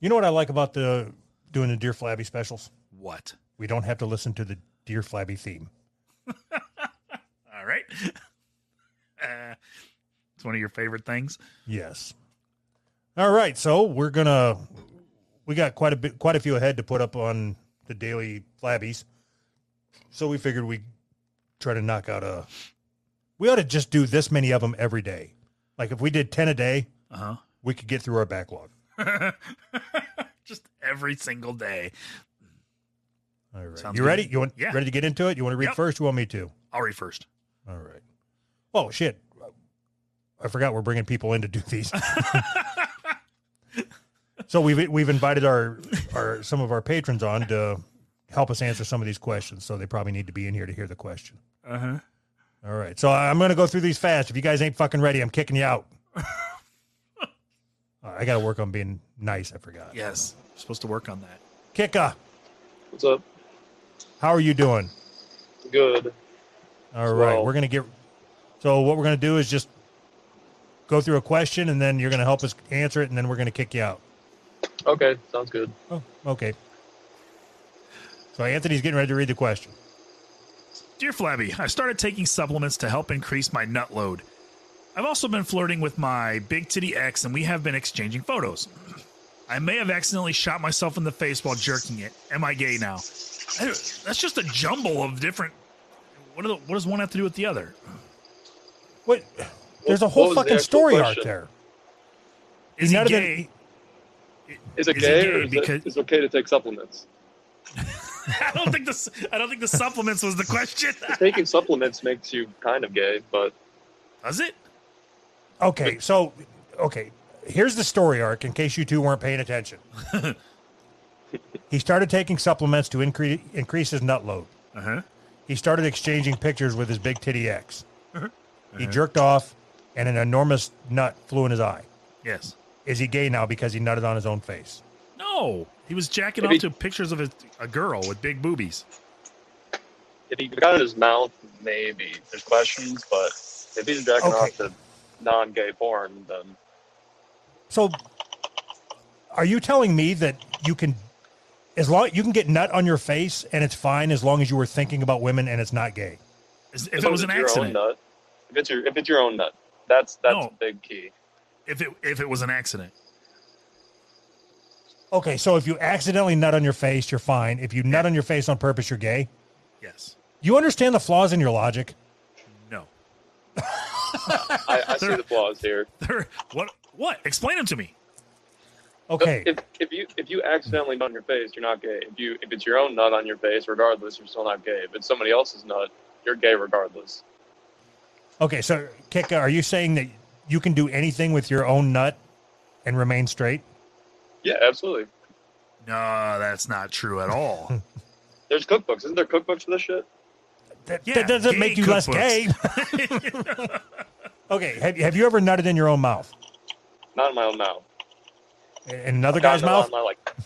You know what I like about the doing the Deer Flabby specials? What? We don't have to listen to the Deer Flabby theme. All right. Uh, it's one of your favorite things. Yes. All right, so we're gonna we got quite a bit, quite a few ahead to put up on the daily flabbies. So we figured we try to knock out a. We ought to just do this many of them every day. Like if we did ten a day, Uh we could get through our backlog. huh. Just every single day. All right, Sounds you good. ready? You want Yeah. ready to get into it? You want to read Yep. first? You want me to? I'll read first. All right. Oh shit! I forgot we're bringing people in to do these. so we've we've invited our our some of our patrons on to help us answer some of these questions. So they probably need to be in here to hear the question. Uh huh. All right. So I'm going to go through these fast. If you guys ain't fucking ready, I'm kicking you out. All right, I got to work on being nice. I forgot. Yes. Supposed to work on that. Kika, What's up? how are you doing? Good. All right, Well- we're gonna get. So what we're gonna do is just go through a question, and then you're gonna help us answer it, and then we're gonna kick you out. Okay, sounds good. Oh, okay. So Anthony's getting ready to read the question. Dear Flabby, I've started taking supplements to help increase my nut load. I've also been flirting with my big titty ex, and we have been exchanging photos. I may have accidentally shot myself in the face while jerking it. Am I gay now? I don't- That's just a jumble of different. What, are the, what does one have to do with the other? What? There's a What whole was the fucking actual story arc question? there. Is he None of it- gay? Is it Is it gay? gay or is because- it, it's okay to take supplements. I don't think this. I don't think the supplements was the question. Taking supplements makes you kind of gay, but Does it? Okay, so okay, here's the story arc in case you two weren't paying attention. he started taking supplements to increase increase his nut load. Uh huh. He started exchanging pictures with his big titty ex. He jerked off, and an enormous nut flew in his eye. Yes. Is he gay now because he nutted on his own face? No. He was jacking off Maybe- to pictures of a, a girl with big boobies. if he got it in his mouth, maybe. There's questions, but if he's jacking Okay. off to non gay porn, then So, are you telling me that you can, as long you can get nut on your face and it's fine as long as you were thinking about women and it's not gay? Is- as If it long was as an it's your accident. Own nut, if it's your if it's your own nut, that's that's No. a big key. If it if it was an accident. Okay, so if you accidentally nut on your face, you're fine. If you nut on your face on purpose, you're gay. Yes. You understand the flaws in your logic? No. I, I see the flaws here. There. What? What? Explain them to me. Okay, If if you if you accidentally nut on your face, you're not gay. If you if it's your own nut on your face, regardless, you're still not gay. If it's somebody else's nut, you're gay regardless. okay. So, Kika, are you saying that you can do anything with your own nut and remain straight? Yeah, absolutely. No, that's not true at all. There's cookbooks. Isn't there cookbooks for this shit? That, Yeah, that doesn't gay make you less gay. okay, have, have you ever nutted in your own mouth? Not in my own mouth. In another Not guy's in my own mouth? mouth, like,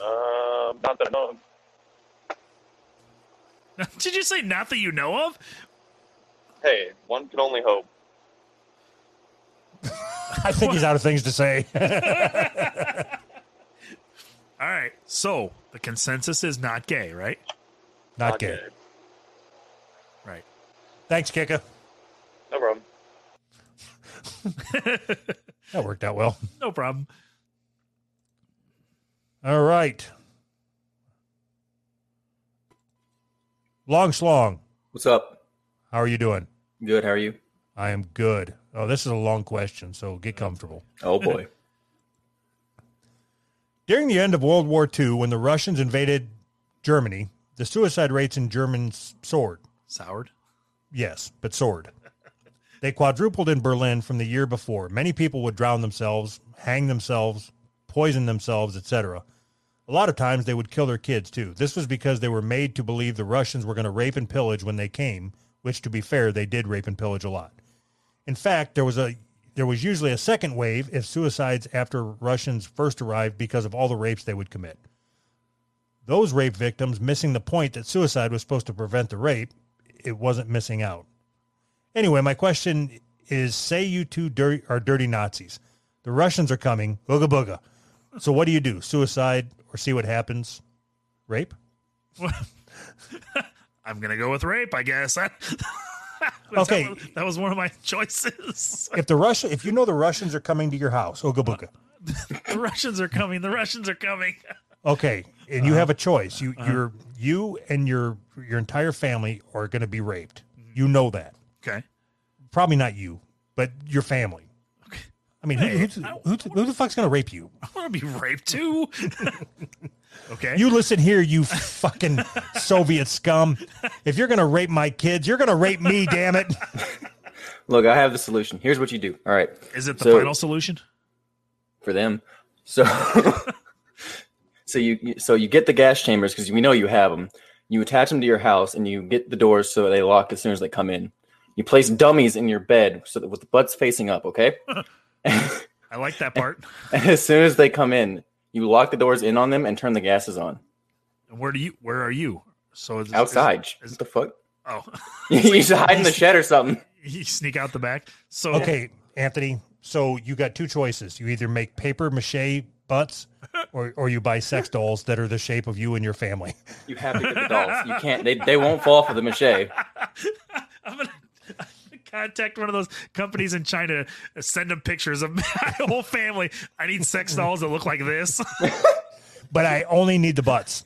um, not that I know of. Did you say not that you know of? Hey, one can only hope. I think he's out of things to say. All right. So the consensus is not gay, right? Not gay. Right. Thanks, Kika. No problem. That worked out well. No problem. All right. Long Slong, What's up? how are you doing? Good. How are you? I am good. Oh, this is a long question, so get comfortable. Oh boy. During the end of World War II, when the Russians invaded Germany, the suicide rates in Germans soared. Soured. Yes, but soared. they quadrupled in Berlin from the year before. Many people would drown themselves, hang themselves, poison themselves, etc. A lot of times they would kill their kids too. This was because they were made to believe the Russians were going to rape and pillage when they came, which to be fair, they did rape and pillage a lot. In fact, there was a there was usually a second wave if suicides after Russians first arrived because of all the rapes they would commit. Those rape victims missing the point that suicide was supposed to prevent the rape, it wasn't missing out. Anyway, my question is say you two dirty, are dirty Nazis. The Russians are coming. Booga booga. So what do you do? Suicide or see what happens? Rape? I'm gonna go with rape, I guess. I- Okay. that was, that was one of my choices. If the Russia, if you know the Russians are coming to your house, Ogabuka. the Russians are coming. The Russians are coming. Okay, and you have a choice. You you're you and your your entire family are going to be raped. You know that. Okay. Probably not you, but your family. Okay. I mean, Hey, who, who's, I- who, who the fuck's going to rape you? I want to be raped too. okay. You listen here, you fucking Soviet scum. If you're going to rape my kids, you're going to rape me, damn it. Look, I have the solution. Here's what you do. All right, Is it the So- final solution? for them. So, so you you- so you get the gas chambers because we know you have them. You attach them to your house, and you get the doors so they lock as soon as they come in. You place dummies in your bed so that with the butts facing up. Okay. I like that part. And as soon as they come in, you lock the doors in on them and turn the gases on And where do you? Where are you? So is, is- outside. is- what the fuck? oh, you just hide in the shed or something. you sneak out the back. So Okay, Anthony. So you got two choices. You either make paper mache butts or, or you buy sex dolls that are the shape of you and your family. You have to get the dolls. You can't. They, they won't fall for the mache. I'm gonna. I'm gonna Contact one of those companies in China. Send them pictures of my whole family. I need sex dolls that look like this. But I only need the butts.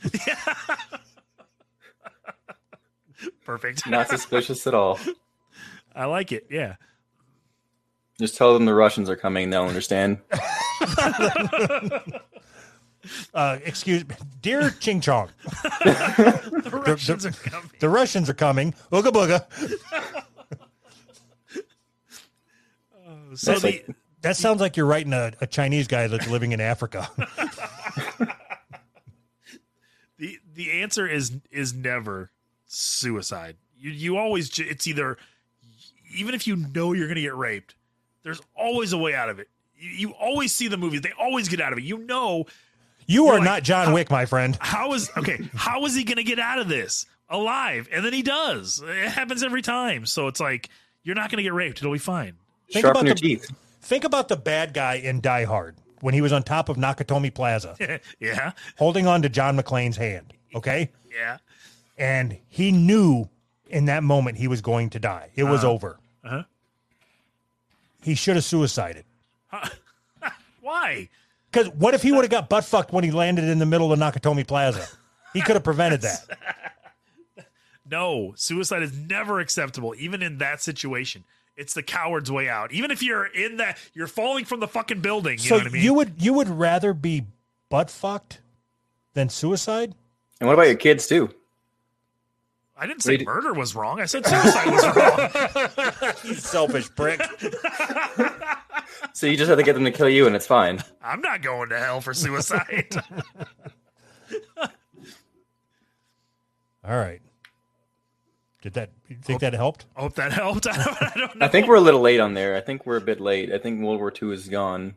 Perfect. Not suspicious at all. I like it. Yeah. Just tell them the Russians are coming. They'll understand. Uh, excuse me. Dear Ching Chong, The Russians are coming. the Russians are coming. Ooga booga. So That's the, like- That sounds like you're writing a, a Chinese guy that's living in Africa. the the answer is is never suicide. You you always ju- it's either even if you know you're gonna get raped, there's always a way out of it. You, you always see the movies; they always get out of it. You know You are like, not John Wick, my friend. how is okay? How is he gonna get out of this alive? And then he does. It happens every time. So it's like you're not gonna get raped. It'll be fine. Think Sharpen about your the- teeth. Think about the bad guy in Die Hard when he was on top of Nakatomi Plaza, yeah, holding on to John McClane's hand. Okay. yeah. And he knew in that moment he was going to die. It was over. Uh-huh. He should have suicided. Why? Because what if he would have got butt fucked when he landed in the middle of Nakatomi Plaza? He could have prevented that. No, suicide is never acceptable, even in that situation. It's the coward's way out. Even if you're in that, you're falling from the fucking building. You so know what I mean? you would you would rather be butt fucked than suicide? And what about your kids too? I didn't say Wait. murder was wrong. I said suicide was wrong. You selfish prick. So you just have to get them to kill you, and it's fine. I'm not going to hell for suicide. All right. Did that you think that helped? I hope that helped. I don't, I don't know. I think we're a little late on there. I think we're a bit late. I think World War II is gone.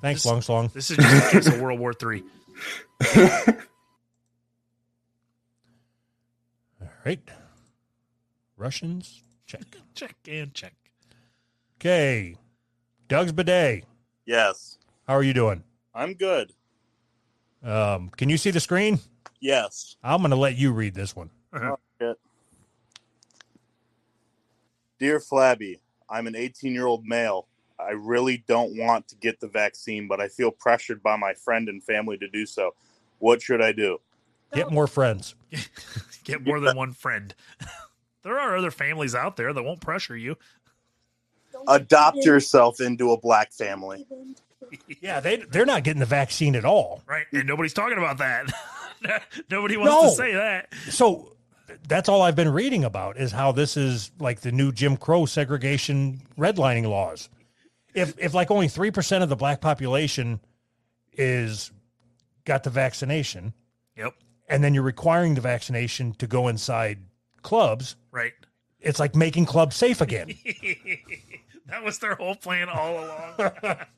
Thanks, This- Long Slong. This is just a case of World War Three. All right. Russians, check. Check and check. Okay. Doug's bidet. Yes. How are you doing? I'm good. Um, can you see the screen? Yes. I'm going to let you read this one. Dear Flabby, I'm an 18 year old male. I really don't want to get the vaccine, but I feel pressured by my friend and family to do so. What should I do? Get more friends. Get more than one friend. there are other families out there that won't pressure you. Adopt yourself into a black family. Yeah, they they're not getting the vaccine at all. Right. And nobody's talking about that. Nobody wants No. to say that. So that's all I've been reading about is how this is like the new Jim Crow segregation redlining laws. If if like only 3% of the black population is got the vaccination Yep. and then you're requiring the vaccination to go inside clubs, Right. it's like making clubs safe again. that was their whole plan all along.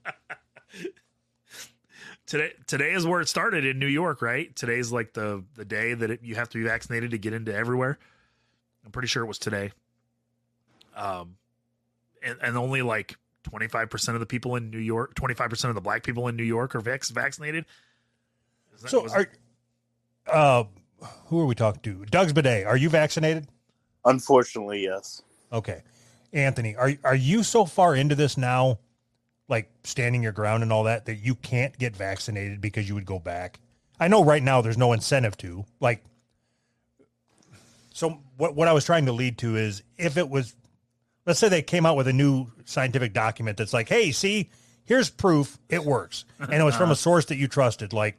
today, today is where it started in New York, right? Today's like the the day that it, you have to be vaccinated to get into everywhere. I'm pretty sure it was today. Um, and, and only like 25% of the people in New York, 25% of the black people in New York are vac- vaccinated. Is that- So was- are uh who are we talking to? Doug's bidet. Are you vaccinated? Unfortunately, yes. Okay. Anthony, are are you so far into this now like standing your ground and all that that you can't get vaccinated because you would go back? I know right now there's no incentive to. Like so what what I was trying to lead to is if it was let's say they came out with a new scientific document that's like, "Hey, see, here's proof it works." And it was from a source that you trusted like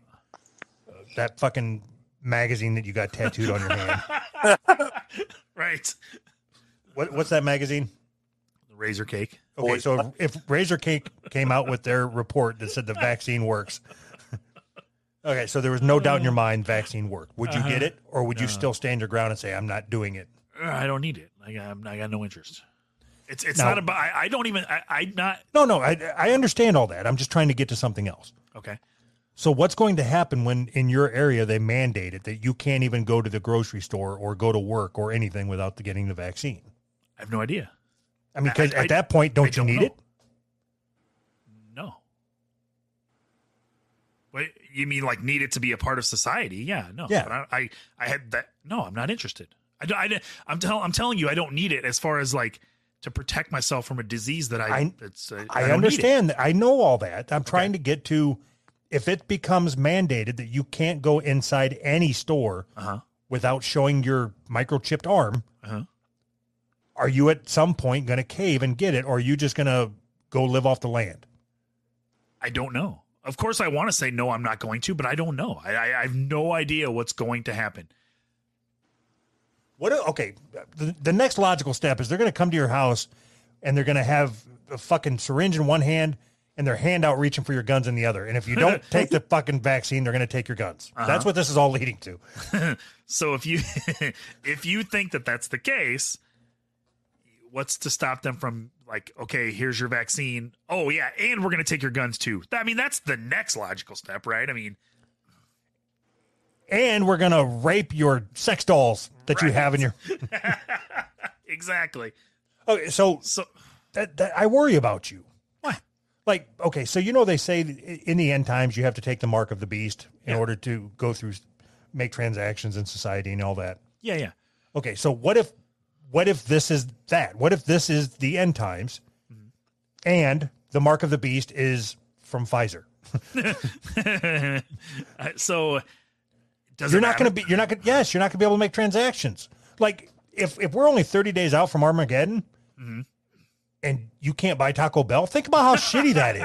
uh, that fucking magazine that you got tattooed on your hand. right. What, what's that magazine? The razor cake. Okay, Boy- so if, if Razor Cake came out with their report that said the vaccine works, okay, so there was no doubt in your mind vaccine worked. Would you get Uh-huh. it, or would you No. still stand your ground and say I'm not doing it? Uh, I don't need it. I got, I'm- I got no interest. It's it's Now- not about, I, I don't even, I, I not, No, no, I I understand all that. I'm just trying to get to something else. okay. So what's going to happen when in your area they mandate it that you can't even go to the grocery store or go to work or anything without the, getting the vaccine? I have no idea. I mean, I- 'cause I- at that point, I don't you need know. it? No. But you mean like need it to be a part of society? Yeah, no. Yeah. But I, I, I had that. No, I'm not interested. I, don't- I, I'm, tell, I'm telling you, I don't need it as far as like to protect myself from a disease that I, I- it's, uh, I, don't need it. understand that. I know all that. I'm trying to get to if it becomes mandated that you can't go inside any store Uh-huh. without showing your microchipped arm, Uh-huh. are you at some point going to cave and get it, or are you just going to go live off the land? I don't know. Of course, I want to say no, I'm not going to, but I don't know. I, I, I have no idea what's going to happen. What? Okay, the, the next logical step is they're going to come to your house and they're going to have a fucking syringe in one hand and their hand out reaching for your guns in the other. And if you don't take the fucking vaccine, they're going to take your guns. Uh-huh. That's what this is all leading to. So if you if you think that that's the case, what's to stop them from like, okay, here's your vaccine. Oh yeah, and we're gonna take your guns too. I mean, that's the next logical step, right? I mean, and we're gonna rape your sex dolls that you Right. have in your. exactly. Okay, so So that, that I worry about you. Why? Like, okay, so you know they say that i- in the end times you have to take the mark of the beast in Yeah. order to go through, make transactions in society and all that. yeah, yeah. Okay, so what if, what if this is that? What if this is the end times, Mm-hmm. and the mark of the beast is from Pfizer? Uh, so does you're not going to be you're not going to yes you're not going to be able to make transactions like if if we're only 30 days out from armageddon Mm-hmm. and you can't buy taco bell think about how shitty that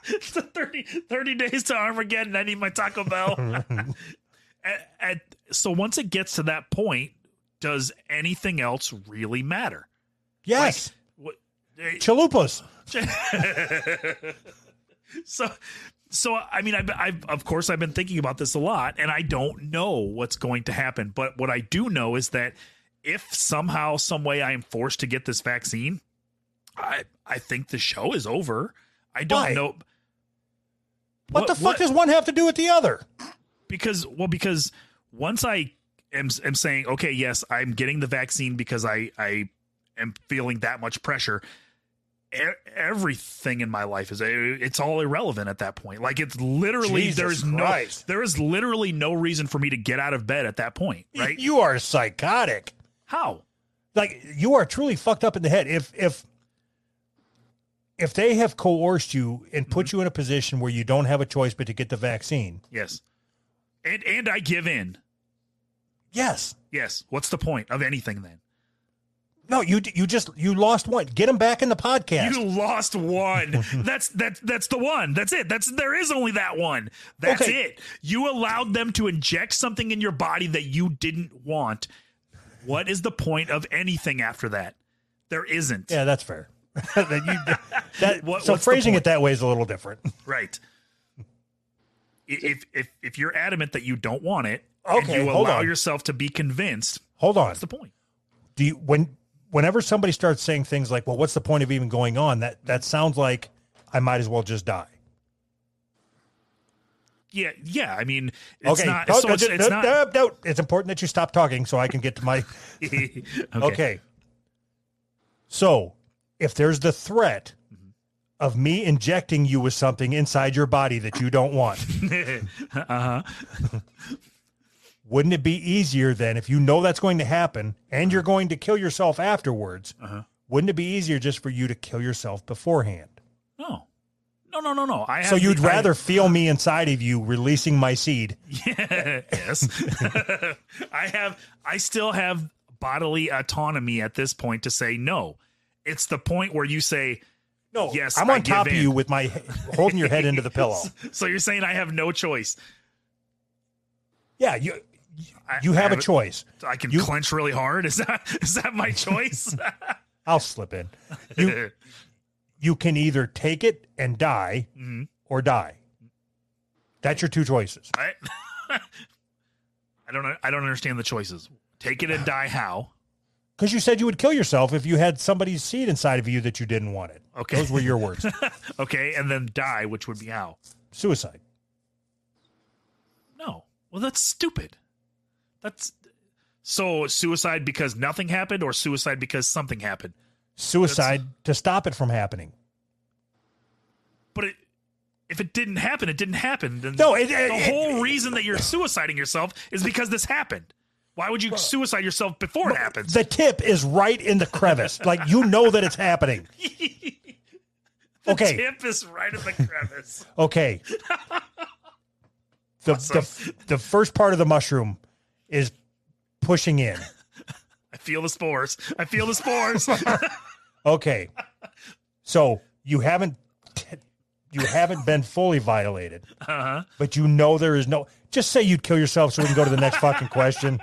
is to 30, 30 days to Armageddon. I need my Taco Bell. at, at, so once it gets to that point, does anything else really matter? yes What, eh, chalupas so, so I mean, I've, I've of course I've been thinking about this a lot, and I don't know what's going to happen. But what I do know is that if somehow, some way, I am forced to get this vaccine, I I think the show is over. I don't Why? know what, the fuck does one have to do with the other because well because once i am, am saying okay yes i'm getting the vaccine because i i am feeling that much pressure e- everything in my life is it's all irrelevant at that point like it's literally Jesus there's Christ. no there is literally no reason for me to get out of bed at that point right you are psychotic how like you are truly fucked up in the head if if if they have coerced you and put you in a position where you don't have a choice but to get the vaccine yes and and i give in yes yes what's the point of anything then no you d- you just you lost one get them back in the podcast You lost one. that's that that's the one. That's it. That's there is only that one. That's Okay. it. You allowed them to inject something in your body that you didn't want. What is the point of anything after that? There isn't. Yeah, that's fair. that you, that, What- so what's the phrasing point? it that way is a little different. Right. I- If if if you're adamant that you don't want it Okay, and you hold allow on. yourself to be convinced, Hold on. what's the point? Do you when whenever somebody starts saying things like, "Well, what's the point of even going on?" That that sounds like I might as well just die. Yeah, yeah. I mean, it's okay, not. no, so no, it's, no, it's not. no, no. It's important that you stop talking so I can get to my. okay. okay. So, if there's the threat Mm-hmm. of me injecting you with something inside your body that you don't want. uh huh. Wouldn't it be easier then if you know that's going to happen and you're going to kill yourself afterwards? Uh-huh. Wouldn't it be easier just for you to kill yourself beforehand? No. No, no, no, no. I So have you'd the- I- rather feel me inside of you releasing my seed. Yeah, yes. I have I still have bodily autonomy at this point to say no. It's the point where you say No, Yes, I'm on I give top of in. you with my he- holding your head into the pillow. So you're saying I have no choice. Yeah, you I, you have I a choice. I can You- clench really hard. Is that is that my choice? I'll slip in. You you can either take it and die Mhm. or die. That's your two choices. I, I don't know- I don't understand the choices. Take it and die how? Because you said you would kill yourself if you had somebody's seed inside of you that you didn't want it. Okay. Those were your words. okay, and then die, which would be how? Suicide. No. Well, that's stupid. That's so suicide because nothing happened or suicide because something happened. Suicide to stop it from happening. But it, if it didn't happen, it didn't happen. Then No, it, the it- it- whole reason that you're suiciding yourself is because this happened. Why would you suicide yourself before it happens? the tip is right in the crevice. like you know that it's happening. Okay. The tip is right in the crevice. Okay. The, the the first part of the mushroom is pushing in. I feel the spores. I feel the spores. Okay. So you haven't you haven't been fully violated, uh-huh. but you know there is no. Just say you'd kill yourself so we can go to the next fucking question.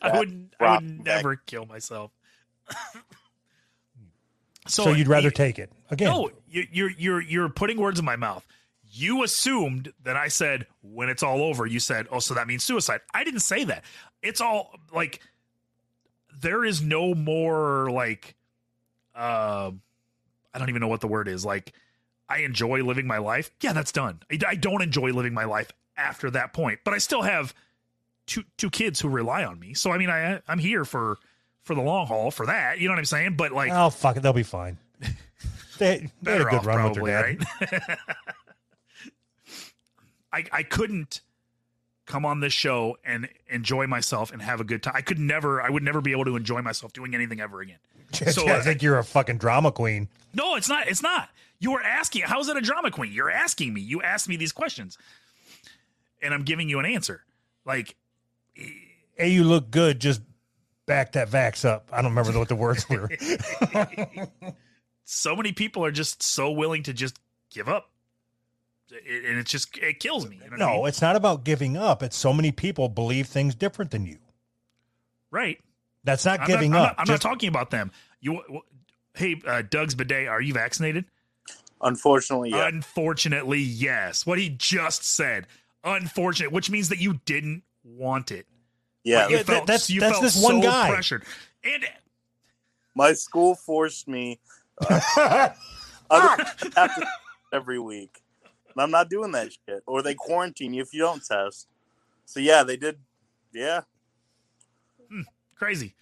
I would. I rock would back. never kill myself. So, you'd rather take it again. No, you- you're you're you're putting words in my mouth. You assumed that I said when it's all over. You said, "Oh, so that means suicide." I didn't say that. It's all like there is no more like um I don't even know what the word is. Like I enjoy living my life. Yeah, that's done. I, I don't enjoy living my life after that point, but I still have two two kids who rely on me. So I mean, I I'm here for for the long haul for that. You know what I'm saying? But like oh fuck it, they'll be fine. They, they had a better good off run probably, with their dad. right? I I couldn't come on this show and enjoy myself and have a good time. I could never. I would never be able to enjoy myself doing anything ever again. So, I uh, think you're a fucking drama queen. No, it's not. It's not. You were asking. How is it a drama queen? You're asking me. You asked me these questions, and I'm giving you an answer. Like Hey, you look good. Just back that vax up. I don't remember what the words were. so many people are just so willing to just give up, It- and it's just it kills me. you know what I mean? no, it's not about giving up. It's so many people believe things different than you. right. That's not I'm giving not, I'm up. not- I'm Just- not talking about them. You, w- hey, uh, Doug's bidet. Are you vaccinated? Uh, Unfortunately, yeah. Unfortunately, yes. What he just said. Unfortunate, which means that you didn't want it. yeah. Yeah, You that- that's- that's this so one guy. pressured. And My school forced me other have to test every week. And I'm not doing that shit. Or they quarantine you if you don't test. So yeah, they did. Yeah, crazy.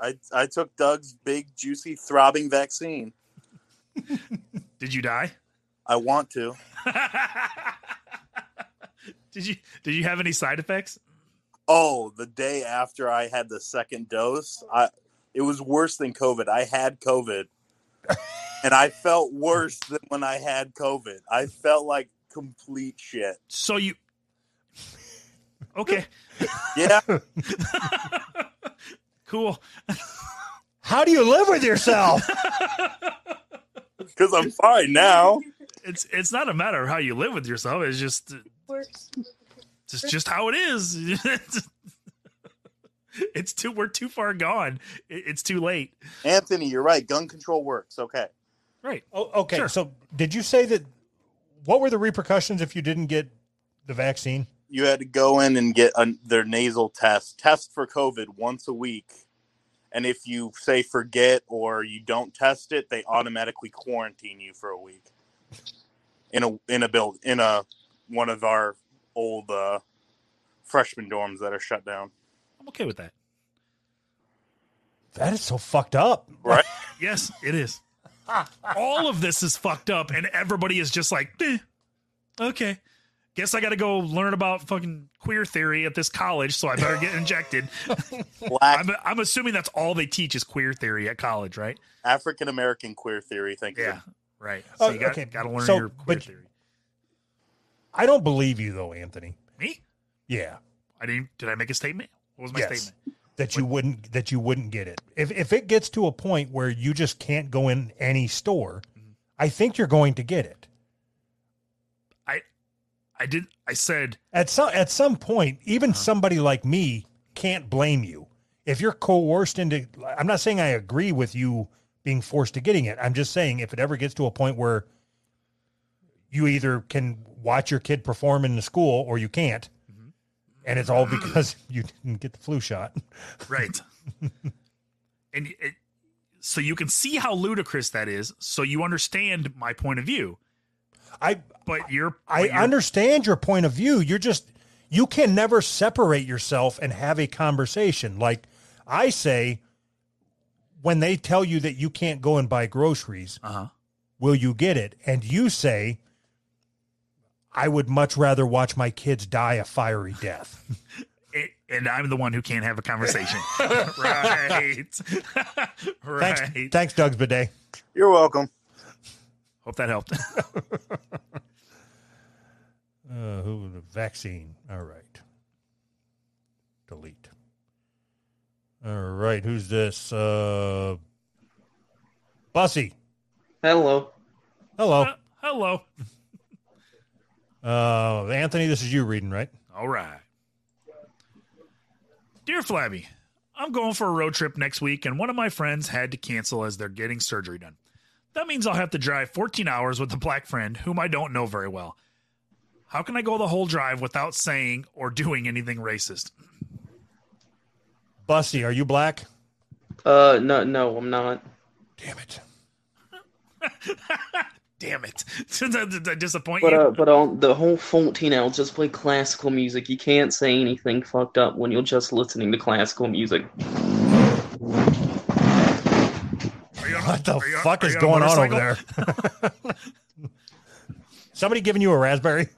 I I took Doug's big juicy throbbing vaccine. Did you die? I want to. did you Did you have any side effects? Oh, the day after I had the second dose, I it was worse than COVID. I had COVID. and I felt worse than when I had COVID. I felt like complete shit. So you. Okay. Yeah. Cool. How do you live with yourself? Because I'm fine now. It's It's not a matter of how you live with yourself. It's just Works. It's just how it is. it's too we're too far gone. It- It's too late. Anthony, you're right. Gun control works. Okay. Right. oh, okay, Sure. so did you say that? What were the repercussions if you didn't get the vaccine? You had to go in and get a, their nasal test, test for COVID once a week. And if you say forget or you don't test it, they automatically quarantine you for a week in a in a build in a one of our old uh, freshman dorms that are shut down. I'm okay with that. That is so fucked up. Right? Yes, it is. all of this is fucked up, and everybody is just like, "Eh, okay, guess I got to go learn about fucking queer theory at this college, so I better get injected. Black I'm, I'm assuming that's all they teach is queer theory at college, right? African American queer theory. Thank you. Yeah, right. So Oh, you got, okay, got to learn so- your queer but- theory. I don't believe you though, Anthony. Me? Yeah, I didn't. Did I make a statement? What was my Yes. statement? that you wouldn't that you wouldn't get it. If if it gets to a point where you just can't go in any store, I think you're going to get it. I did. I said At some at some point, even somebody like me can't blame you if you're coerced into. I'm not saying I agree with you being forced to getting it. I'm just saying if it ever gets to a point where you either can watch your kid perform in the school or you can't, and it's all because you didn't get the flu shot. right, and it, so you can see how ludicrous that is. So you understand my point of view. I But you're, I but you're- understand your point of view. You're just you can never separate yourself and have a conversation. Like I say when they tell you that you can't go and buy groceries, Uh-huh. will you get it? And you say I would much rather watch my kids die a fiery death. It, and I'm the one who can't have a conversation. right, right. Thanks, thanks, Doug's bidet. You're welcome. Hope that helped. Uh, who the vaccine? All right. Delete. All right. Who's this? Uh, Bussy. Hello. Hello. Uh, hello. Uh, Anthony, this is you reading, right? All right. Dear Flabby, I'm going for a road trip next week, and one of my friends had to cancel as they're getting surgery done. That means I'll have to drive 14 hours with a black friend whom I don't know very well. How can I go the whole drive without saying or doing anything racist? Bussy, are you black? Uh, no, no, I'm not. Damn it. Damn it. Did I- did I disappoint But you? uh, but on the whole 14 hours, just play classical music. You can't say anything fucked up when you're just listening to classical music. Are you on- What the are you on- fuck are is you going a on over motorcycle? there? Somebody giving you a raspberry?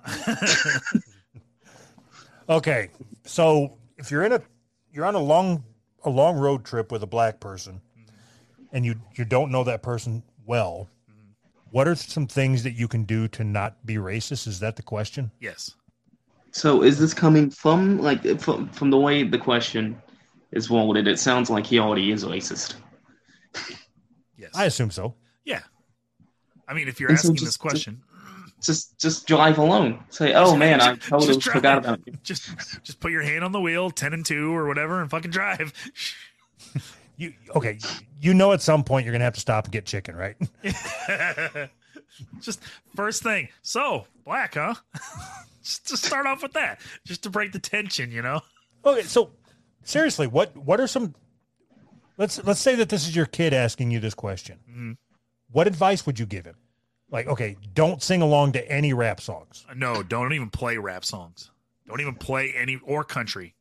okay. So if you're in a you're on a long a long road trip with a black person and you you don't know that person well, what are some things that you can do to not be racist? Is that the question? Yes. So is this coming from like uh, from, from the way the question is worded? It sounds like he already is racist. Yes. I assume so. yeah. I mean, if you're And so asking just- this question, Just just drive alone. Say, oh man, I totally Just drive. forgot about you. just just put your hand on the wheel, 10 and 2 or whatever, and fucking drive. You okay, you know at some point you're going to have to stop and get chicken, right? just first thing. So black, huh? just to start off with that, just to break the tension, you know. Okay, so seriously, what what are some let's let's say that this is your kid asking you this question. Mhm. What advice would you give him? Like, okay, don't sing along to any rap songs. No, don't even play rap songs. Don't even play any or country.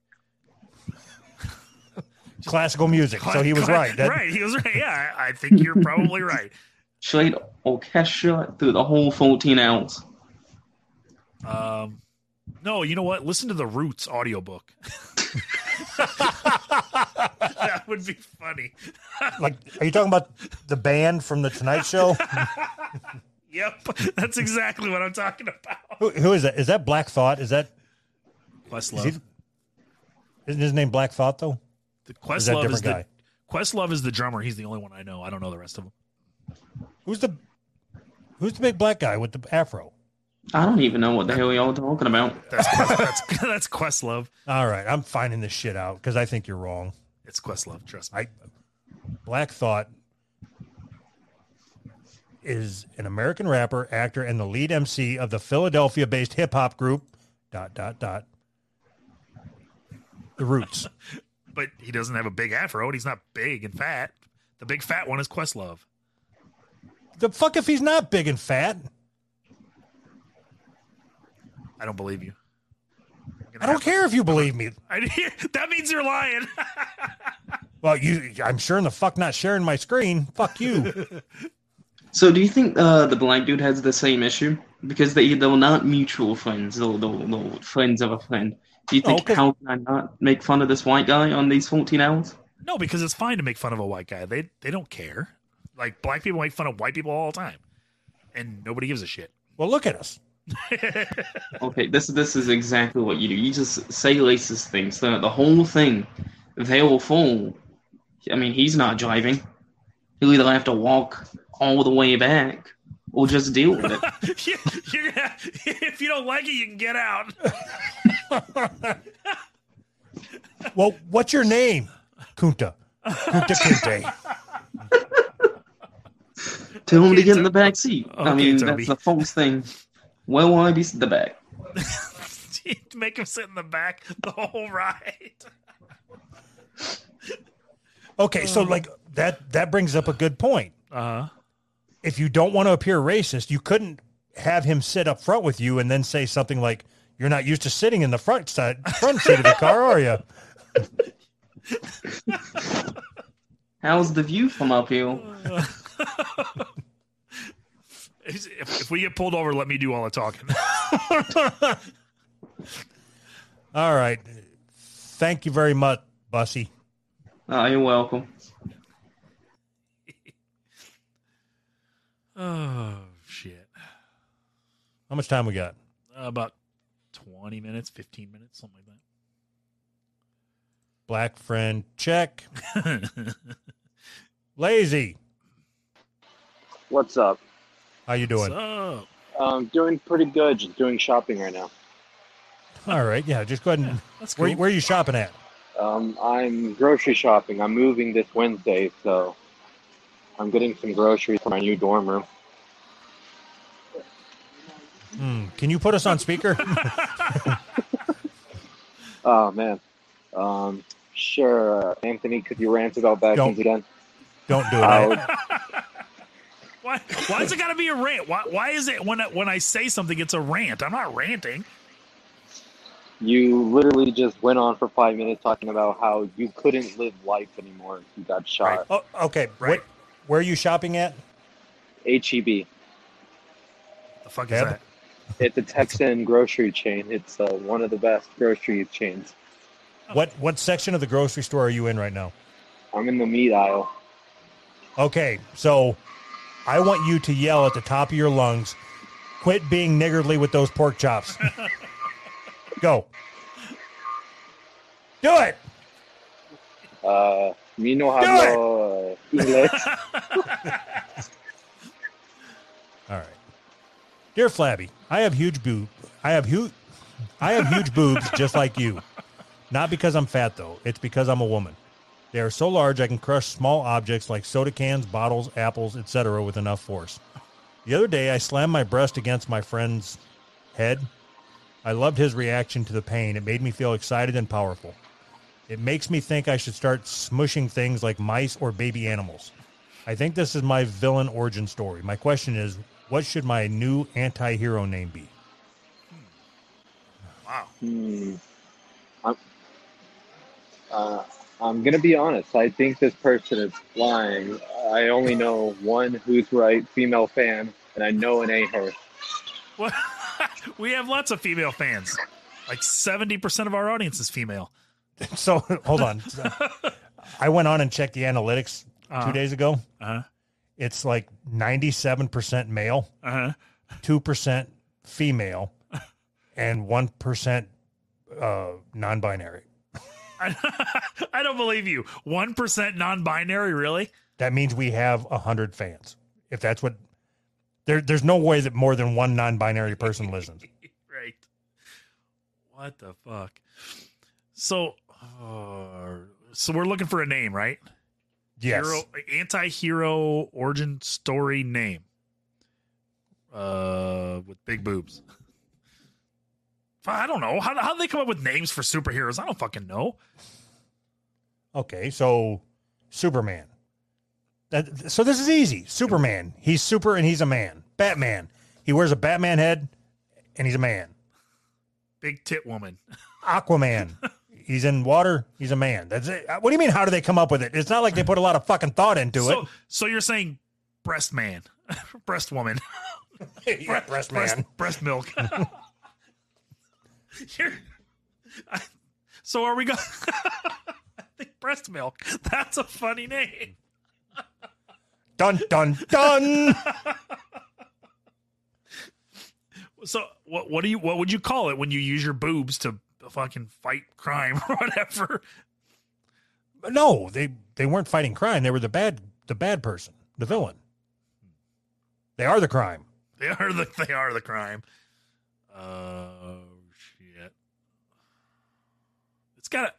Classical music. So he was right. That- right, he was right. Yeah, I, I think you're probably right. Straight orchestra through the whole 14 hours. Um, no, you know what? Listen to the Roots audiobook. that would be funny. Like, are you talking about the band from the Tonight Show? Yep, that's exactly what I'm talking about. who, who is that? Is that Black Thought? Is that Questlove. he- isn't his name Black Thought though? the Or Is that a Questlove different is the guy? Questlove is the drummer. He's the only one I know. I don't know the rest of them. Who's the Who's the big black guy with the afro? I don't even know what the hell y'all talking about. That's Quest, that's, that's Questlove. All right, I'm finding this shit out because I think you're wrong. It's Questlove. Trust me. I Black Thought is an American rapper, actor, and the lead MC of the Philadelphia-based hip hop group dot dot dot The Roots. But he doesn't have a big afro. and He's not big and fat. The big fat one is Questlove. the fuck if he's not big and fat? I don't believe you. You're I gonna don't care if you believe me. have- I, that means you're lying. Well, you I'm sure in the fuck not sharing my screen. Fuck you. So do you think uh, the black dude has the same issue? Because they they're not mutual friends, they're, they're, they're friends of a friend. Do you Oh, think okay. how can I not make fun of this white guy on these fourteen hours? No, because it's fine to make fun of a white guy. They they don't care. Like black people make fun of white people all the time, and nobody gives a shit. Well, look at us. Okay, this this is exactly what you do. You just say racist things. The the whole thing, they will fall. I mean, he's not driving. He'll either have to walk all the way back or just deal with it. You- you're gonna, if you don't like it, you can get out. Well, what's your name? Kunta. Kunta Kinte. Tell him to Okay, get Toby. in the back seat. I Okay, mean, Toby. that's the false thing. Well, why be s- the back? Make him sit in the back the whole ride. Okay, so like that that brings up a good point. Uh huh. If you don't want to appear racist, you couldn't have him sit up front with you and then say something like, "You're not used to sitting in the front side front seat of the car, are you?" How's the view from up here? if, if we get pulled over, let me do all the talking. All right. Thank you very much, Bussy. Oh, you're welcome. oh shit! Uh, How much time we got? about twenty minutes, fifteen minutes, something like that. Black friend check. Lazy. What's up? How you doing? So, Um, doing pretty good. Just doing shopping right now. All right. Yeah. Just go ahead and that's cool. where, where are you shopping at? Um, I'm grocery shopping. I'm moving this Wednesday, so I'm getting some groceries for my new dorm room. Hmm, Can you put us on speaker? Oh man. Um, sure, uh, Anthony. Could you rant about vacuums Don't. again? Don't do it. Oh. I- why? Why does it got to be a rant? Why? Why is it when I, when I say something, it's a rant? I'm not ranting. You literally just went on for five minutes talking about how you couldn't live life anymore if you got shot. oh, okay. Right. What, where are you shopping at? HEB. The fuck is Yeah, that? It's a Texan grocery chain. It's uh, one of the best grocery chains. What what section of the grocery store are you in right now? I'm in the meat aisle. Okay. So I want you to yell at the top of your lungs, quit being niggardly with those pork chops. go. Do it. Uh, mi no Do hablo uh, inglés. All right. Dear Flabby, I have huge boob. I have huge. I have huge boobs just like you. Not because I'm fat though. It's because I'm a woman. They are so large I can crush small objects like soda cans, bottles, apples, etc. with enough force. The other day I slammed my breast against my friend's head. I loved his reaction to the pain. It made me feel excited and powerful. It makes me think I should start smushing things like mice or baby animals. I think this is my villain origin story. My question is, what should my new anti-hero name be? Wow. Hmm. I'm, uh, I'm gonna be honest. I think this person is lying. I only know one who's right female fan, and I know it ain't her. What? we have lots of female fans. Like seventy percent of our audience is female. So hold on. So, I went on and checked the analytics Uh-huh. two days ago. Uh It's like 97% male, huh. Uh 2% female, and 1% uh, non-binary. huh. I don't believe you. One percent non-binary, really? That means we have 100 fans. If that's what there, there's no way that more than one non-binary person listens. right. What the fuck? So, uh, so we're looking for a name, right? Yes. Hero, anti-hero origin story name. Uh, with big boobs. I don't know how how do they come up with names for superheroes. I don't fucking know. Okay, so Superman. That, so this is easy. Superman. He's super and he's a man. Batman. He wears a Batman head and he's a man. Big tit woman. Aquaman. he's in water. He's a man. That's it. Uh, What do you mean? How do they come up with it? It's not like they put a lot of fucking thought into so, it. So you're saying breast man? breast woman, yeah, breast man. breast, breast milk. You're- I- so are we going? I think breast milk. That's a funny name. Dun dun dun. So what? What do you? What would you call it when you use your boobs to fucking fight crime or whatever? no, they they weren't fighting crime. They were the bad the bad person, the villain. They are the crime. They are the they are the crime. Oh shit! It's gotta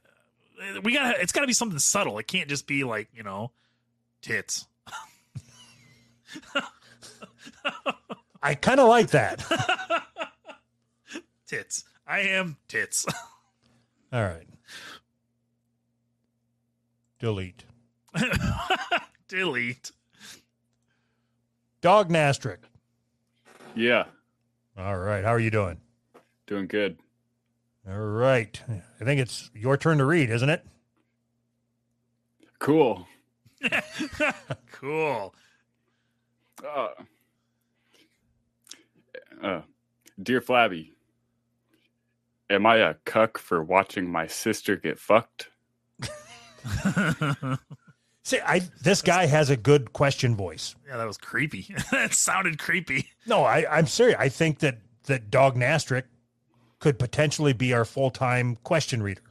we gotta it's gotta be something subtle. It can't just be like you know tits. I kind of like that. tits. I am tits. All right. Delete. Delete. Dog Nastrick. Yeah, All right. How are you doing? doing good. All right. I think it's your turn to read, isn't it? Cool. cool. Uh, uh, dear Flabby, am I a cuck for watching my sister get fucked? yeah, See, I this guy has a good question voice. that was creepy. that sounded creepy. No, I, I'm serious. I think that that Dog Nastrick could potentially be our full time question reader.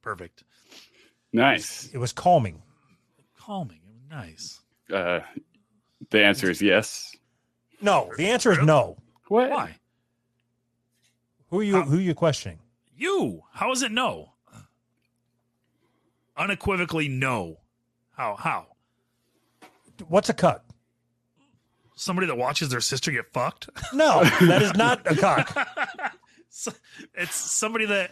Perfect. Nice. It was calming. Calming. It was nice. Uh, the answer is yes. No, the answer is no. What? Why? Who are you who are you questioning? You. How is it no? Unequivocally no. How? How? What's a cuck? Somebody that watches their sister get fucked? No, that is not a cuck. So- it's somebody that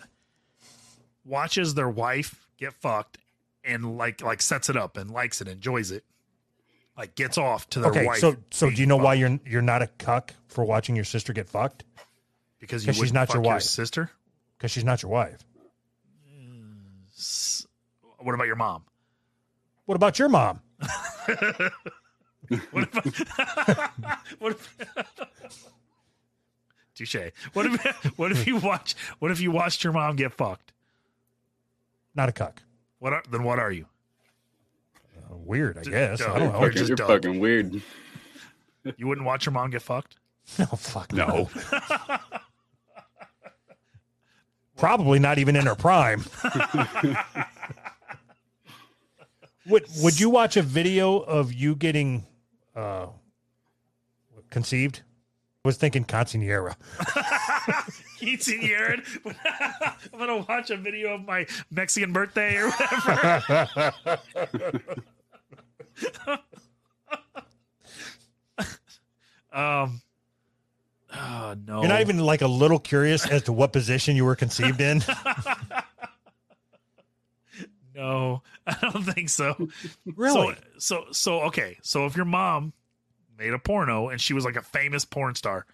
watches their wife get fucked and like like sets it up and likes it, enjoys it. Like gets off to their Okay, wife so so do you know why you're you're not a cuck for watching your sister get fucked? because you 'cause she's wouldn't not fuck your wife. sister? Because she's not your wife. S- What about your mom? What about your mom? What if, what if- Touche. What if what if you watch what if you watched your mom get fucked? Not a cuck. What are, then what are you? Uh, weird, I D- guess. no, I don't know. you're Fucking- just you're dumb. fucking weird. You wouldn't watch your mom get fucked? No, fuck No. Probably not even in her prime. would Would you watch a video of you getting uh, conceived? I was thinking quinceanera. Quinceanera. I'm gonna watch a video of my Mexican birthday or whatever. um. Oh no! You're not even like a little curious as to what position you were conceived in. No, I don't think so. really? So, so, so okay. So if your mom made a porno and she was like a famous porn star,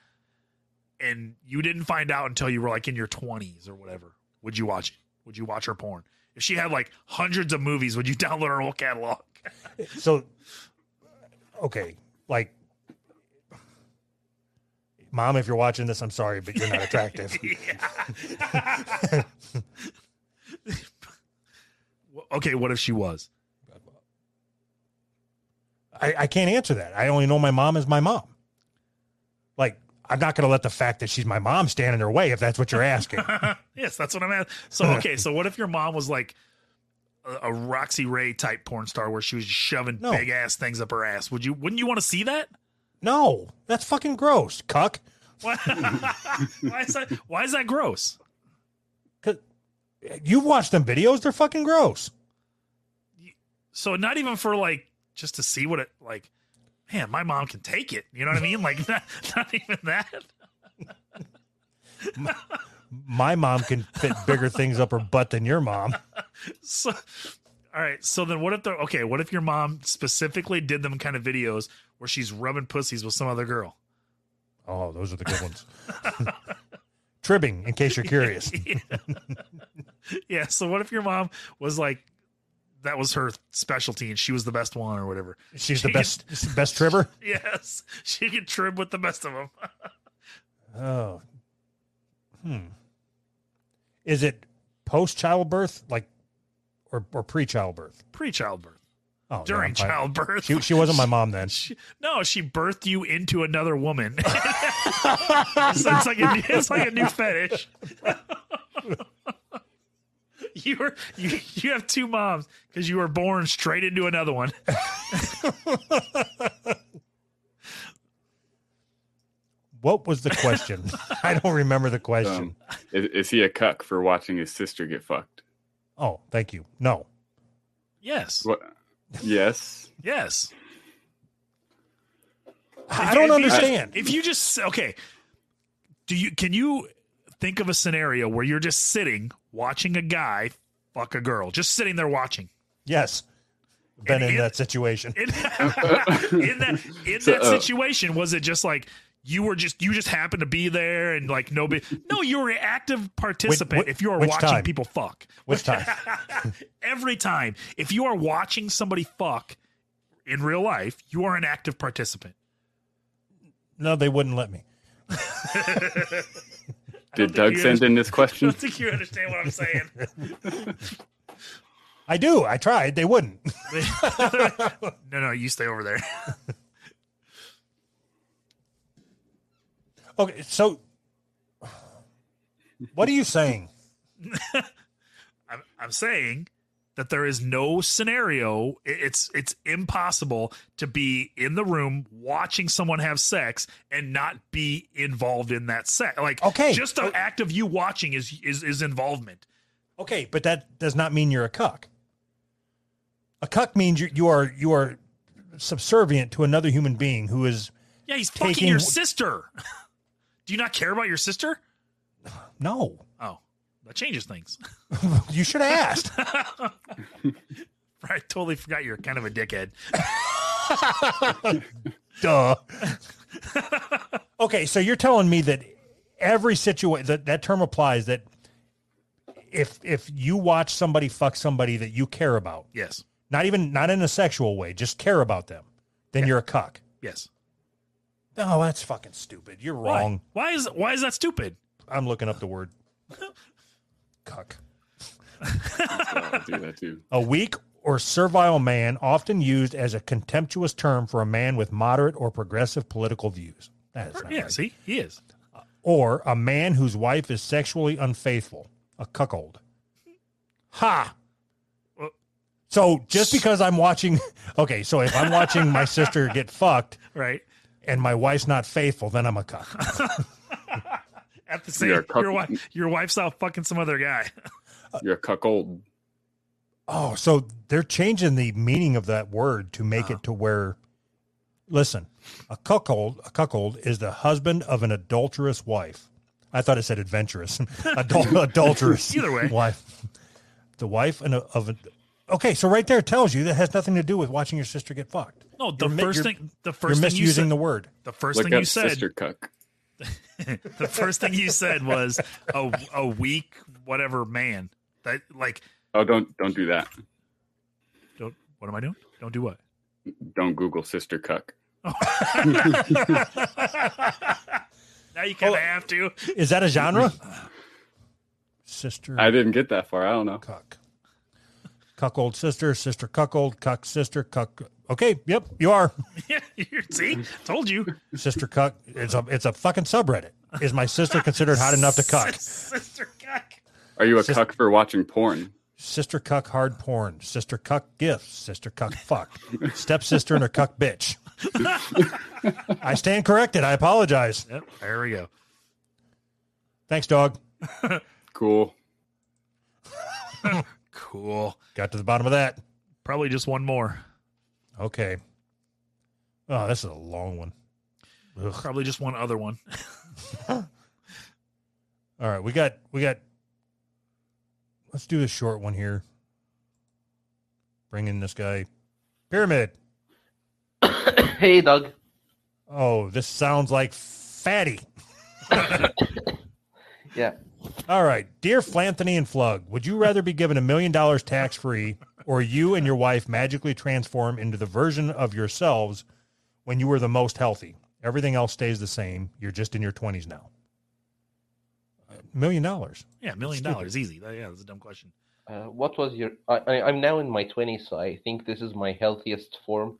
and you didn't find out until you were like in your twenties or whatever, would you watch it? Would you watch her porn? If she had like hundreds of movies, would you download her whole catalog? So, okay, like, mom, if you're watching this, I'm sorry, but you're not attractive. Yeah. okay, what if she was? I, I can't answer that. I only know my mom is my mom. Like, I'm not going to let the fact that she's my mom stand in her way if that's what you're asking. yes, that's what I'm at. So okay, so what if your mom was like a, a Roxy Ray type porn star where she was shoving No. big ass things up her ass? Would you? Wouldn't you want to see that? no, that's fucking gross, cuck. Why, why is that? Why is that gross? You've watched them videos; they're fucking gross. So not even for like just to see what it like. Man, my mom can take it. You know what I mean? Like not, not even that. My mom can fit bigger things up her butt than your mom. So, all right. So then, what if the okay? What if your mom specifically did them kind of videos where she's rubbing pussies with some other girl? Oh, those are the good ones. Tribbing, in case you're curious. yeah. So what if your mom was like th- that was her specialty, and she was the best one or whatever. She's She the best best tribber. Yes, she could trim with the best of them. Oh. Hmm. Is it post childbirth, like, or or pre childbirth? Pre-childbirth, Oh, no, during I'm fine. childbirth. She she wasn't my mom then. She, no, she birthed you into another woman. it's, it's like a, it's like a new fetish. you were you, you have two moms because you were born straight into another one. What was the question? I don't remember the question. Um, is, is he a cuck for watching his sister get fucked? oh, thank you. No. Yes, What? Yes. yes. I If- don't if you- understand. If you just okay, do you can you think of a scenario where you're just sitting watching a guy fuck a girl, just sitting there watching? yes. Been in it- that situation. in, in that in So, that uh, situation was it just like you were just you just happened to be there and like nobody no you were an active participant whi- if you are which watching time? people fuck Which time? every time if you are watching somebody fuck in real life you are an active participant No, they wouldn't let me. Did think Doug you send in this i question? don't think you understand what i'm saying I do. I tried. They wouldn't. no no you stay over there Okay, so what are you saying? I'm, I'm saying that there is no scenario i- it's it's impossible to be in the room watching someone have sex and not be involved in that sex like Okay. Oh. just the act of you watching is is is involvement Okay, but that does not mean you're a cuck. A cuck means you, you are you are subservient to another human being who is yeah he's fucking Taking your wh- sister do you not care about your sister no. oh that changes things You should have asked. i totally forgot you're kind of a dickhead Duh. okay, so you're telling me that every situation that that term applies that if if you watch somebody fuck somebody that you care about, yes not even not in a sexual way, just care about them, then you're a cuck. yes No, Oh, that's fucking stupid. You're Why? wrong. why is why is that stupid I'm looking up the word cuck. I'll do that too. A weak or servile man, often used as a contemptuous term for a man with moderate or progressive political views. That is not yeah right. see he is Or a man whose wife is sexually unfaithful, a cuckold. Ha! Well- So just because I'm watching, okay, so if I'm watching my sister get fucked right and my wife's not faithful, then I'm a cuck. at the same You're a cuck. your wife your wife's out fucking some other guy You're a cuckold. Oh, so they're changing the meaning of that word to make it to where. Listen, a cuckold, a cuckold is the husband of an adulterous wife. I thought it said adventurous, Adul- adulterous. Either way. wife, the wife and a- of. A, okay, so right there tells you that has nothing to do with watching your sister get fucked. No, the You're mi- 1st you're- thing, the You're first thing you misusing said, the word. the first Look thing you up said, sister cuck. the first thing you said was a a weak whatever man that like Oh, don't don't do that. don't what am I doing? Don't do what? Don't Google sister cuck. Now you kind of have to. Is that a genre? sister I didn't get that far. I don't know. cuck, cuckold sister, sister cuckold, cuck sister, cuck. Okay, yep, you are. You're- See, told you. Sister cuck. It's a it's a fucking subreddit. Is my sister considered hot enough to cuck? Sister cuck. Are you a Sis- cuck for watching porn? Sister cuck hard porn. Sister cuck gifts. Sister cuck fuck. Stepsister and her cuck bitch. I stand corrected. I apologize. Yep, there we go. Thanks, dog. Cool. Cool. Got to the bottom of that. Probably just one more. Okay. Oh, this is a long one. Ugh. Probably just one other one. All right, we got we got. Let's do a short one here. Bring in this guy, pyramid. hey, Doug. Oh, this sounds like fatty. Yeah. All right, dear Flanthony and Flug, would you rather be given a million dollars tax free or you and your wife magically transform into the version of yourselves when you were the most healthy. Everything else stays the same. You're just in your 20s now. A million dollars. Yeah, a million Stupid. dollars, easy. That- Yeah, that's a dumb question. Uh, what was your? I, I, I'm now in my 20s, so I think this is my healthiest form.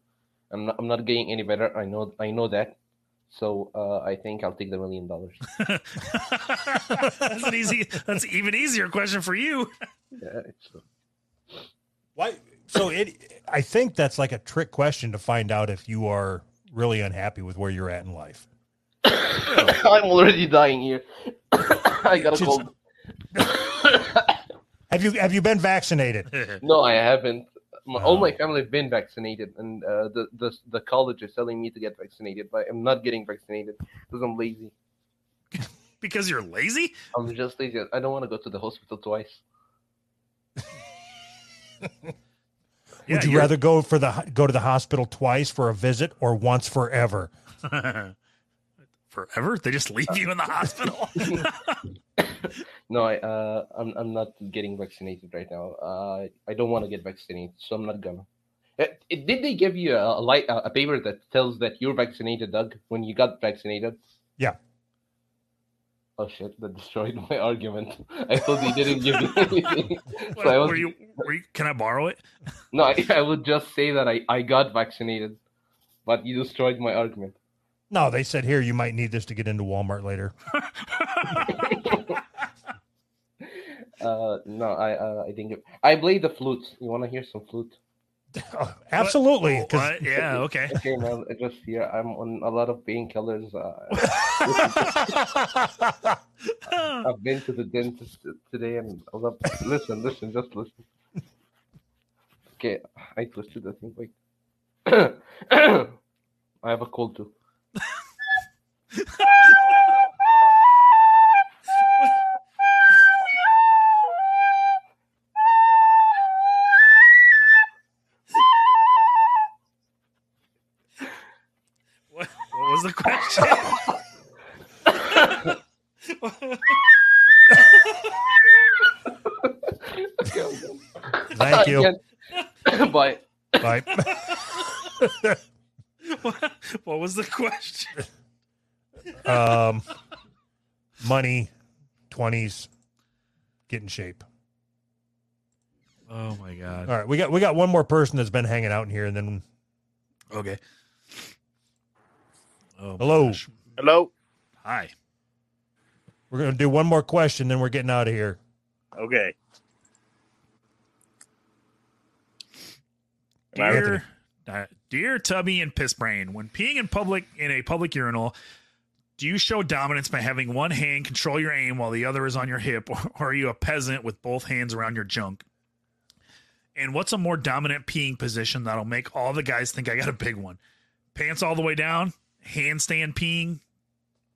I'm not, I'm not getting any better. I know I know that. So uh, I think I'll take the million dollars. that's an easy. That's an even easier question for you. Yeah, it's, Why? So it, I think that's like a trick question to find out if you are really unhappy with where you're at in life. I'm already dying here. I got a Just- cold. Have you have you been vaccinated? No, I haven't. My, All my Wow. family have been vaccinated, and uh, the, the the college is telling me to get vaccinated, but I'm not getting vaccinated because I'm lazy. because you're lazy. I'm just lazy. I don't want to go to the hospital twice. Yeah, Would you you're- rather go for the go to the hospital twice for a visit or once forever? forever? They just leave you in the hospital. No, I uh, I'm I'm not getting vaccinated right now. Uh, I don't want to get vaccinated, so I'm not gonna. Uh, did they give you a, a light a, a paper that tells that you're vaccinated, Doug? When you got vaccinated? Yeah. Oh shit! That destroyed my argument. I thought they didn't give me anything, so I Well, was were you, were you? Can I borrow it? No, I, I would just say that I, I got vaccinated, but you destroyed my argument. No, they said here you might need this to get into Walmart later. Uh, no, I uh, I didn't. Get... I played the flute. You want to hear some flute? Oh, absolutely, What? 'cause Yeah. Okay. Okay, now I just here. I'm on a lot of painkillers. Uh, I've been to the dentist today, and I love... listen, listen, just listen. Okay, I twisted the thing. Wait, I have a cold too. What, what was the question? thank you. Again. Bye. Bye. what, what was the question? Um, money, twenties, get in shape. Oh my god. All right, we got we got one more person that's been hanging out in here, and then Okay. Oh my Hello. gosh. Hello. Hi. we're gonna do one more question, then we're getting out of here. Okay. Am I Dear, uh, dear Tubby and Piss Brain, when peeing in public in a public urinal, do you show dominance by having one hand control your aim while the other is on your hip, or, or are you a peasant with both hands around your junk? And what's a more dominant peeing position that'll make all the guys think I got a big one? Pants all the way down, handstand peeing,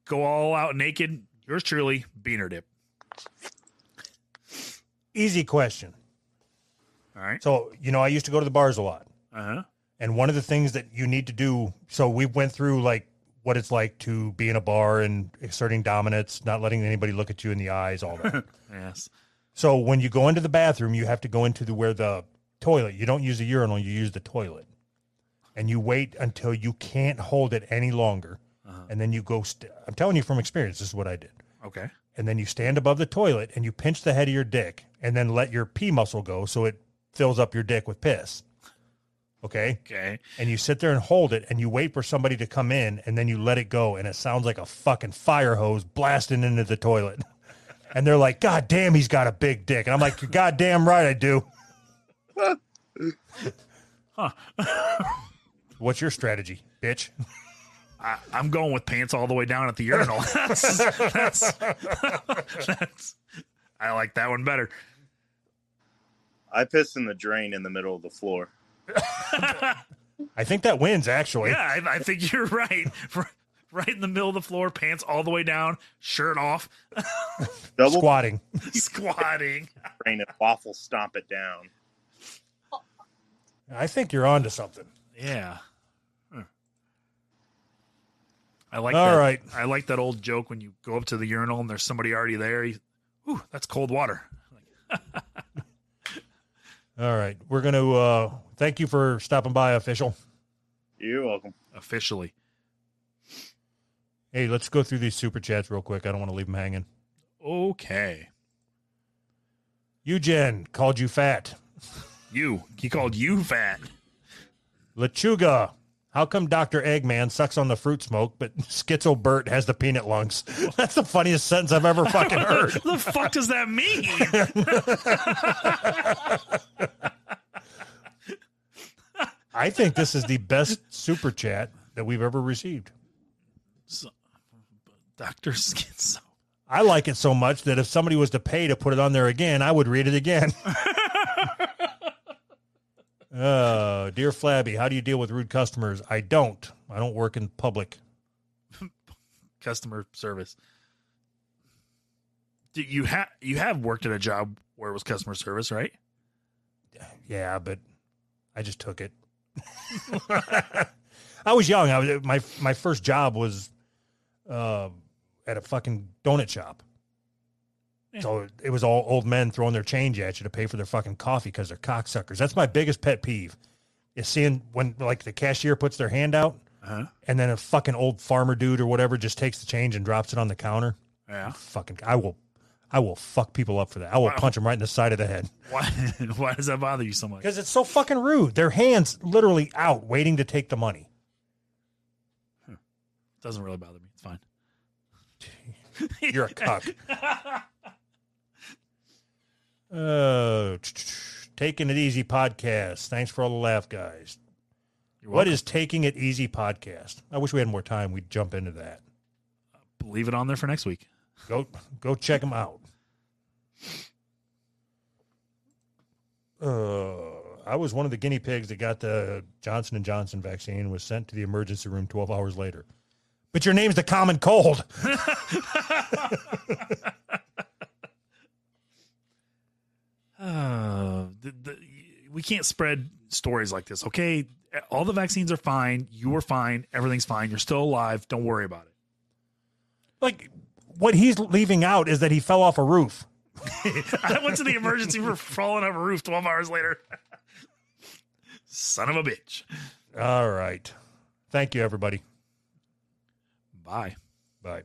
go all out naked. Yours truly, Beaner Dip. Easy question. All right. So you know, I used to go to the bars a lot. Uh Uh-huh. huh. And one of the things that you need to do, so we went through like what it's like to be in a bar and exerting dominance, not letting anybody look at you in the eyes, all that. Yes. so when you go into the bathroom, you have to go into the where the toilet. You don't use the urinal, you use the toilet. And you wait until you can't hold it any longer. Uh-huh. And then you go, st- I'm telling you from experience, this is what I did. Okay. And then you stand above the toilet and you pinch the head of your dick and then let your pee muscle go so it fills up your dick with piss. Okay Okay. and you sit there and hold it and you wait for somebody to come in and then you let it go and it sounds like a fucking fire hose blasting into the toilet. And they're like, God damn, he's got a big dick. And I'm like, You're goddamn right I do. Huh. What's your strategy, bitch? I, I'm going with pants all the way down at the urinal. that's, that's, that's- I like that one better. I pissed in the drain in the middle of the floor. yeah, I think that wins actually. I, I think you're right. Right in the middle of the floor, pants all the way down, shirt off, Double Squatting. squatting. drain and waffle stomp it down. I think you're on to something. Yeah. Huh. I like All that. right. I like that old joke when you go up to the urinal and there's somebody already there. You, Ooh, that's cold water. All right. We're going to uh, thank you for stopping by, official. You're welcome. officially. Hey, let's go through these super chats real quick. I don't want to leave them hanging. Okay. Eugen called you fat. You. He called you fat. Lechuga, how come Dr. Eggman sucks on the fruit smoke, but Schizo Bert has the peanut lungs? That's the funniest sentence I've ever fucking heard. the fuck does that mean? I think this is the best super chat that we've ever received. Dr. Schizo. I like it so much that if somebody was to pay to put it on there again, I would read it again. oh, dear Flabby, how do you deal with rude customers? I don't. I don't work in public. Customer service. Do You have you have worked at a job where it was customer service, right? Yeah, but I just took it. I was young. I was my my first job was uh, at a fucking donut shop. So it was all old men throwing their change at you to pay for their fucking coffee because they're cocksuckers. That's my biggest pet peeve is seeing when like the cashier puts their hand out Uh-huh. and then a fucking old farmer dude or whatever just takes the change and drops it on the counter. Yeah. Fucking, I will, I will fuck people up for that. I will Wow. punch them right in the side of the head. Why why does that bother you so much? Because it's so fucking rude. Their hands literally out waiting to take the money. doesn't really bother me. It's fine. You're a cuck. Uh, taking it easy podcast. Thanks for all the laugh, guys. You're What welcome. is taking it easy podcast? I wish we had more time. We'd jump into that. leave it on there for next week? Go go check them out. Uh, I was one of the guinea pigs that got the Johnson and Johnson vaccine and was sent to the emergency room 12 hours later. But your name's the common cold. Uh, the, the, we can't spread stories like this, okay? All the vaccines are fine. You were fine. Everything's fine. You're still alive. Don't worry about it. Like what he's leaving out is that he fell off a roof. I went to the emergency for falling off a roof 12 hours later. Son of a bitch. All right. Thank you, everybody. Bye. Bye.